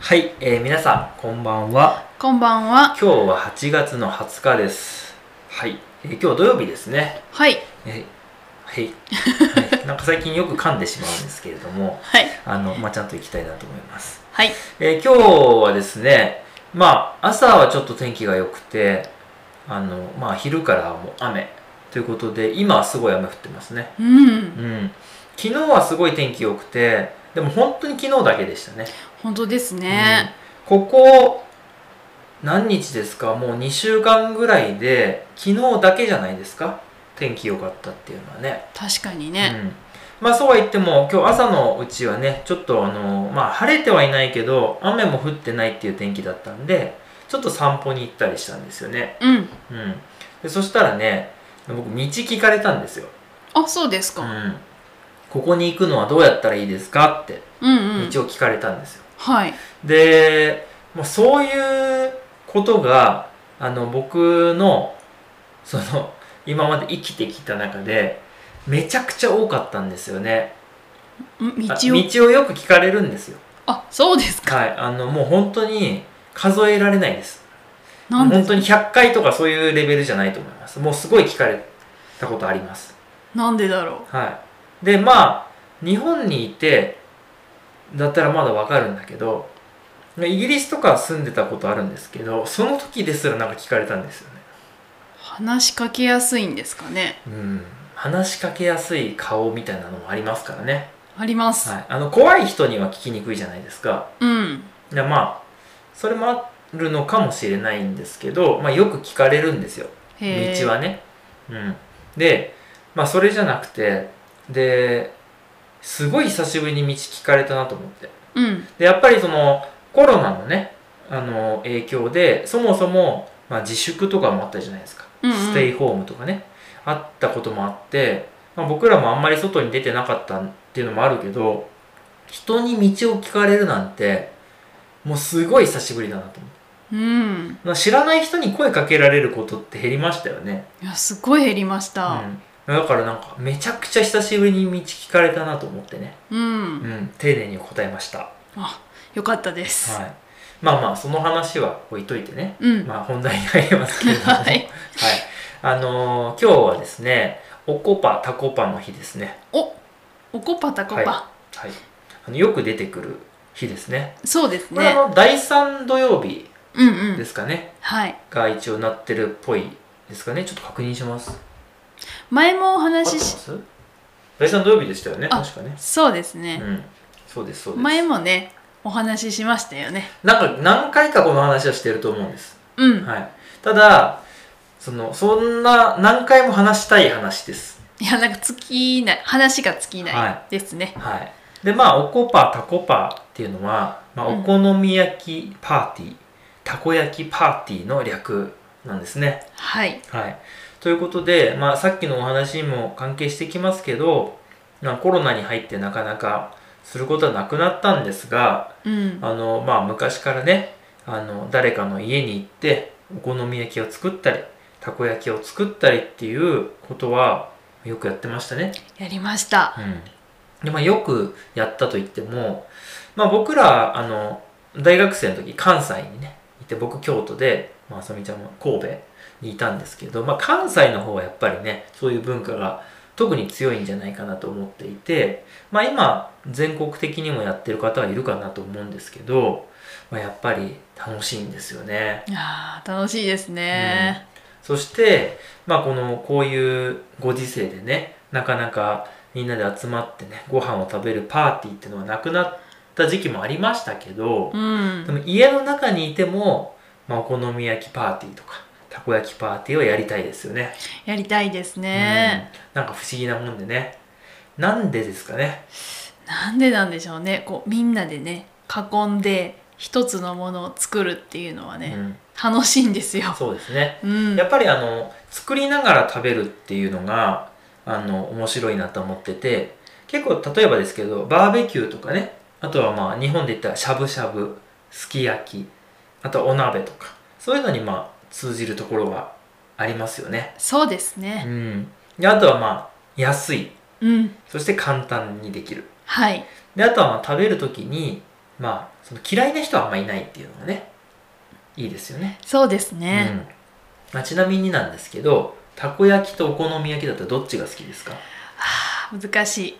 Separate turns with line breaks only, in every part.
はい、えー、皆さんこんばんは
こんばんは。
今日は8月の20日ですはい、えー今日土曜日ですね
はい。
えはい、はい、なんか最近よく噛んでしまうんですけれども
はい。
あの、まあ、ちゃんと行きたいなと思います、
はい。
えー今日はですねまあ朝はちょっと天気が良くてあのまあ昼からはもう雨ということで今はすごい雨降ってますね
うん。
うん昨日はすごい天気良くてでも本当に昨日だけでしたね
本当ですね。
ここ何日ですかもう2週間ぐらいで昨日だけじゃないですか天気良かったっていうのはね
確かに
う
ね。
ん、まあそうは言っても今日朝のうちはねちょっとあのまあ晴れてはいないけど雨も降ってないっていう天気だったんでちょっと散歩に行ったりしたんですよね、
う
う
ん。
ん、でそしたらね僕道聞かれたんですよ、
あ、そうです
う
か。
ん、ここに行くのはどうやったらいいですかって
うんうん。
道を聞かれたんですよ
はい。
で、まあ、そういうことがあの僕のその今まで生きてきた中でめちゃくちゃ多かったんですよね
ん
あ
道を。
道をよく聞かれるんですよ
あ、そうですか。
はいあのもう本当に数えられないです
なん
本
で
当に100回とかそういうレベルじゃないと思いますもうすごい聞かれたことあります
なんでだろ
はいでまあ日本にいてだったらまだわかるんだけどイギリスとか住んでたことあるんですけどその時ですらなんか聞かれたんですよね
う。話しかけやすいんですかね。
うん話しかけやすい顔みたいなのもありますからね、
あります。
はい、あの怖い人には聞きにくいじゃないですか
うん。
でまあそれもあるのかもしれないんですけど、まあ、よく聞かれるんですよ
へえ。
道はね、うん、でまあそれじゃなくてですごい久しぶりに道聞かれたなと思って
うん。
でやっぱりそのコロナのねあの影響でそもそも、まあ、自粛とかもあったじゃないですか、
うんうん
ステイホームとかねあったこともあって、まあ、僕らもあんまり外に出てなかったっていうのもあるけど人に道を聞かれるなんてもうすごい久しぶりだなと思って
うん。
まあ知らない人に声かけられることって減りましたよね
いや、すごい減りまし
う
た。
ん、だからなんかめちゃくちゃ久しぶりに道聞かれたなと思ってね、
う。
うんん、丁寧に答えました、は
あ、よかったです。
い、まあまあその話は置いといてね、
うん。
まあ、本題に入りますけれども、
は
はい
い。
あのー今日はですねおこぱたこぱの日ですね、
お。おこぱたこぱ。
はい、あのよく出てくる日ですね
そうです
これあ
ね。
の第3土曜日
うんう
で
ん。
すかね、
はい。
が一応なってるっぽいですかねちょっと確認します
前もお
合って
話
ま
しし。
す第3土曜日でしたよね
あ
確かね
そうです
う
ね。
んそうですそうです
前もねお話ししましたよね
なんか何回かこの話はしてると思うんです。
うん、
はい。ただ、その、そんな何回も話したい話です。
い、やなんか尽きない話が尽き
は
ないですね、
はい。で、まあ、おこぱ、たこぱっていうのは、まあ、
うん
お好み焼きパーティー、たこ焼きパーティーの略なんですね。
はい、
はい。ということで、まあ、さっきのお話にも関係してきますけど、まあ、コロナに入ってなかなかすることはなくなったんですが、
うん
あのまあ昔からねあの誰かの家に行ってお好み焼きを作ったりたこ焼きを作ったりっていうことはよくやってましたね、
やりました
でまあ、よくやったといっても、まあ、僕らあの大学生の時関西にねいて僕京都で、まああさみちゃんも神戸にいたんですけど、まあ、関西の方はやっぱりねそういう文化が特に強いんじゃないかなと思っていて、まあ、今全国的にもやってる方はいるかなと思うんですけど、まあ、やっぱり楽しいんですよね。
いやー楽しいですね、
そして、まあ、このこういうご時世でねなかなかみんなで集まってねご飯を食べるパーティーっていうのはなくなった時期もありましたけど、
うん、
でも家の中にいても、まあ、お好み焼きパーティーとかたこ焼きパーティーをやりたいですよね。
やりたいですね、
うん、なんか不思議なもんでねなんでですかね
なんでなんでしょうねこうみんなでね囲んで一つのものを作るっていうのは
う
ね、
ん、
楽しいんですよ
そうですね
うん
やっぱりあの作りながら食べるっていうのがあの面白いなと思ってて結構例えばですけどバーベキューとかねあとはまあ日本で言ったらしゃぶしゃぶすき焼きあとはお鍋とかそういうのにまあ通じるところがありますよね
そうです
う
ね
んであとはまあ安い
うん
そして簡単にできる
はい
であとはまあ食べる時にまあその嫌いな人はあんまいないっていうのがねいいですよね
そうですね、
うんまあ、ちなみになんですけどたこ焼きとお好み焼きだったらどっちが好きですか
はあ難しい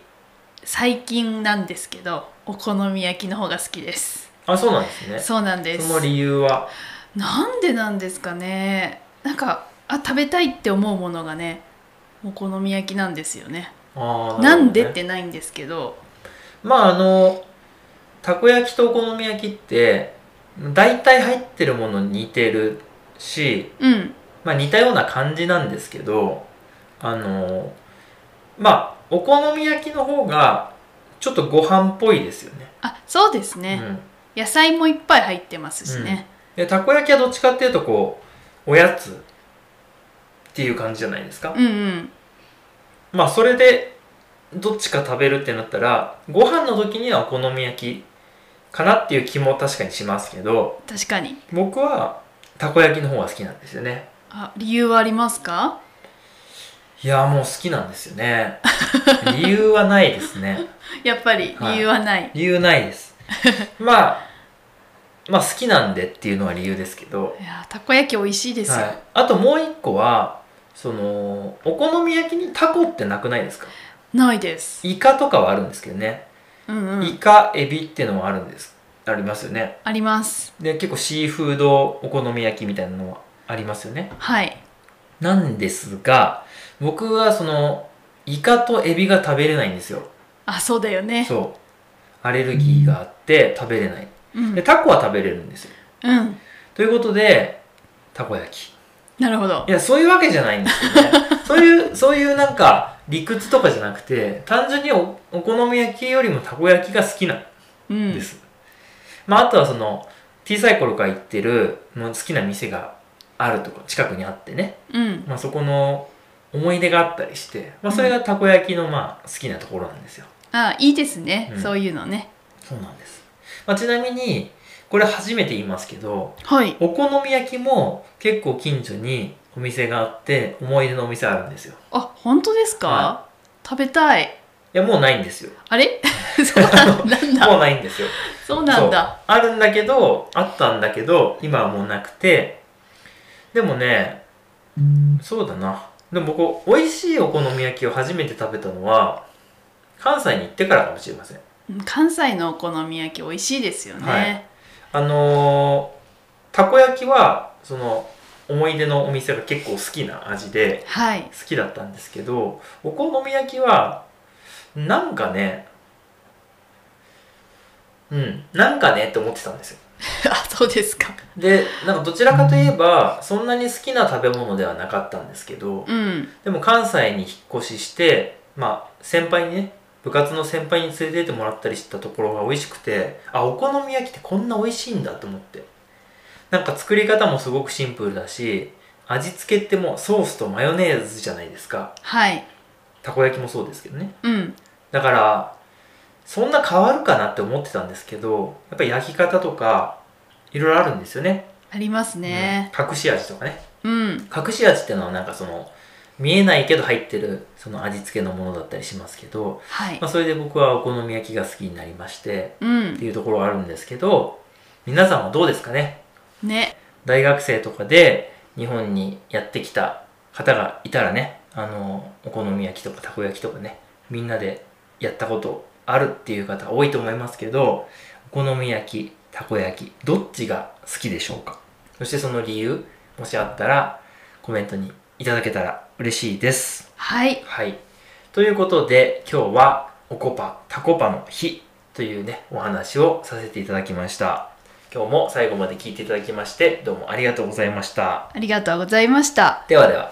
最近なんですけどお好み焼きの方が好きです
あそうなんですね
そうなんです
その理由は
なんでなんですかねなんかあ食べたいって思うものがねお好み焼きなんですよね
あー
なんで
るほどね
ってないんですけど
まああのたこ焼きとお好み焼きって大体入ってるものに似てるし、
うん
まあ、似たような感じなんですけどあのまあお好み焼きの方がちょっとご飯っぽいですよね
あそうですね、
うん、
野菜もいっぱい入ってますしね、
でたこ焼きはどっちかっていうとこうおやつっていう感じじゃないですか、
うん、うん
まあそれでどっちか食べるってなったらご飯の時にはお好み焼きかなっていう気も確かにしますけど
確かに
僕はたこ焼きの方が好きなんですよね
あ理由はありますか
いやもう好きなんですよ ね理由はないですね
やっぱり
はい
理由はない、
理由ないですまあまあ好きなんでっていうのは理由ですけど
い、やーたこ焼き美味しいですよ、
はい、あともう一個はそのお好み焼きにタコってなくないですか
ないです
イカとかはあるんですけどね、
うんう
イ
ん
カエビってのはあるんですありますよね
あります
で結構シーフードお好み焼きみたいなのはありますよね
はい
なんですが僕はそのイカとエビが食べれないんですよ
あそうだよね
そうアレルギーがあって食べれないうで
ん、
タコは食べれるんですよ
うん、
ということでたこ焼き
なるほど
いや、そういうわけじゃないんですよね。 そういう、そういうなんか、理屈とかじゃなくて、単純におお好み焼きよりもたこ焼きが好きなん
うん
です。まあ、あとはその、小さい頃から行ってる、もう好きな店があるとか、近くにあってね、
うん
まあ、そこの思い出があったりして、まあ、それがたこ焼きの、まあ、好きなところなんですよ。
あいいですね、
うん
そういうのね
そうなんです。まあ、ちなみに、これ初めて言いますけど、
はい
お好み焼きも結構近所にお店があって、思い出のお店あるんですよ。
あ本当ですか、
は
食べたい
いや、もうないんですよ。
あれそうなんだ
もうないんですよ。
そうなんだ
あるんだけど、あったんだけど、今はもうなくて、でもね、そうだな。でも僕、美味しいお好み焼きを初めて食べたのは、関西に行ってからかもしれません。
うん関西のお好み焼き美味しいですよね、
はいあのーたこ焼きは、その、思い出のお店が結構好きな味で、
はい。
好きだったんですけど、お好み焼きは、なんかね、うん、なんかねって思ってたんですよ。
あ、そうですか。
でなんかどちらかといえばそんなに好きな食べ物ではなかったんですけど
うん。
でも関西に引っ越ししてまあ先輩にね部活の先輩に連れてってもらったりしたところが美味しくてあお好み焼きってこんな美味しいんだと思ってなんか作り方もすごくシンプルだし味付けってもうソースとマヨネーズじゃないですか
はい。
たこ焼きもそうですけどね
うん。
だからそんな変わるかなって思ってたんですけどやっぱり焼き方とかいろいろあるんですよね
ありますね。
うん隠し味とかね
うん。
隠し味ってのはなんかその見えないけど入ってるその味付けのものだったりしますけど、
はい
ま。あ、それで僕はお好み焼きが好きになりまして
う
って
ん。
いうところがあるんですけど皆さんはどうですかね
ね。
大学生とかで日本にやってきた方がいたらねあのお好み焼きとかたこ焼きとかねみんなでやったことあるっていう方多いと思いますけどお好み焼きたこ焼きどっちが好きでしょうかそしてその理由もしあったらコメントにいただけたら嬉しいです
はい。
はいということで今日はおこぱたこぱの日というねお話をさせていただきました今日も最後まで聞いていただきましてどうもありがとうございました
ありがとうございました。
ではでは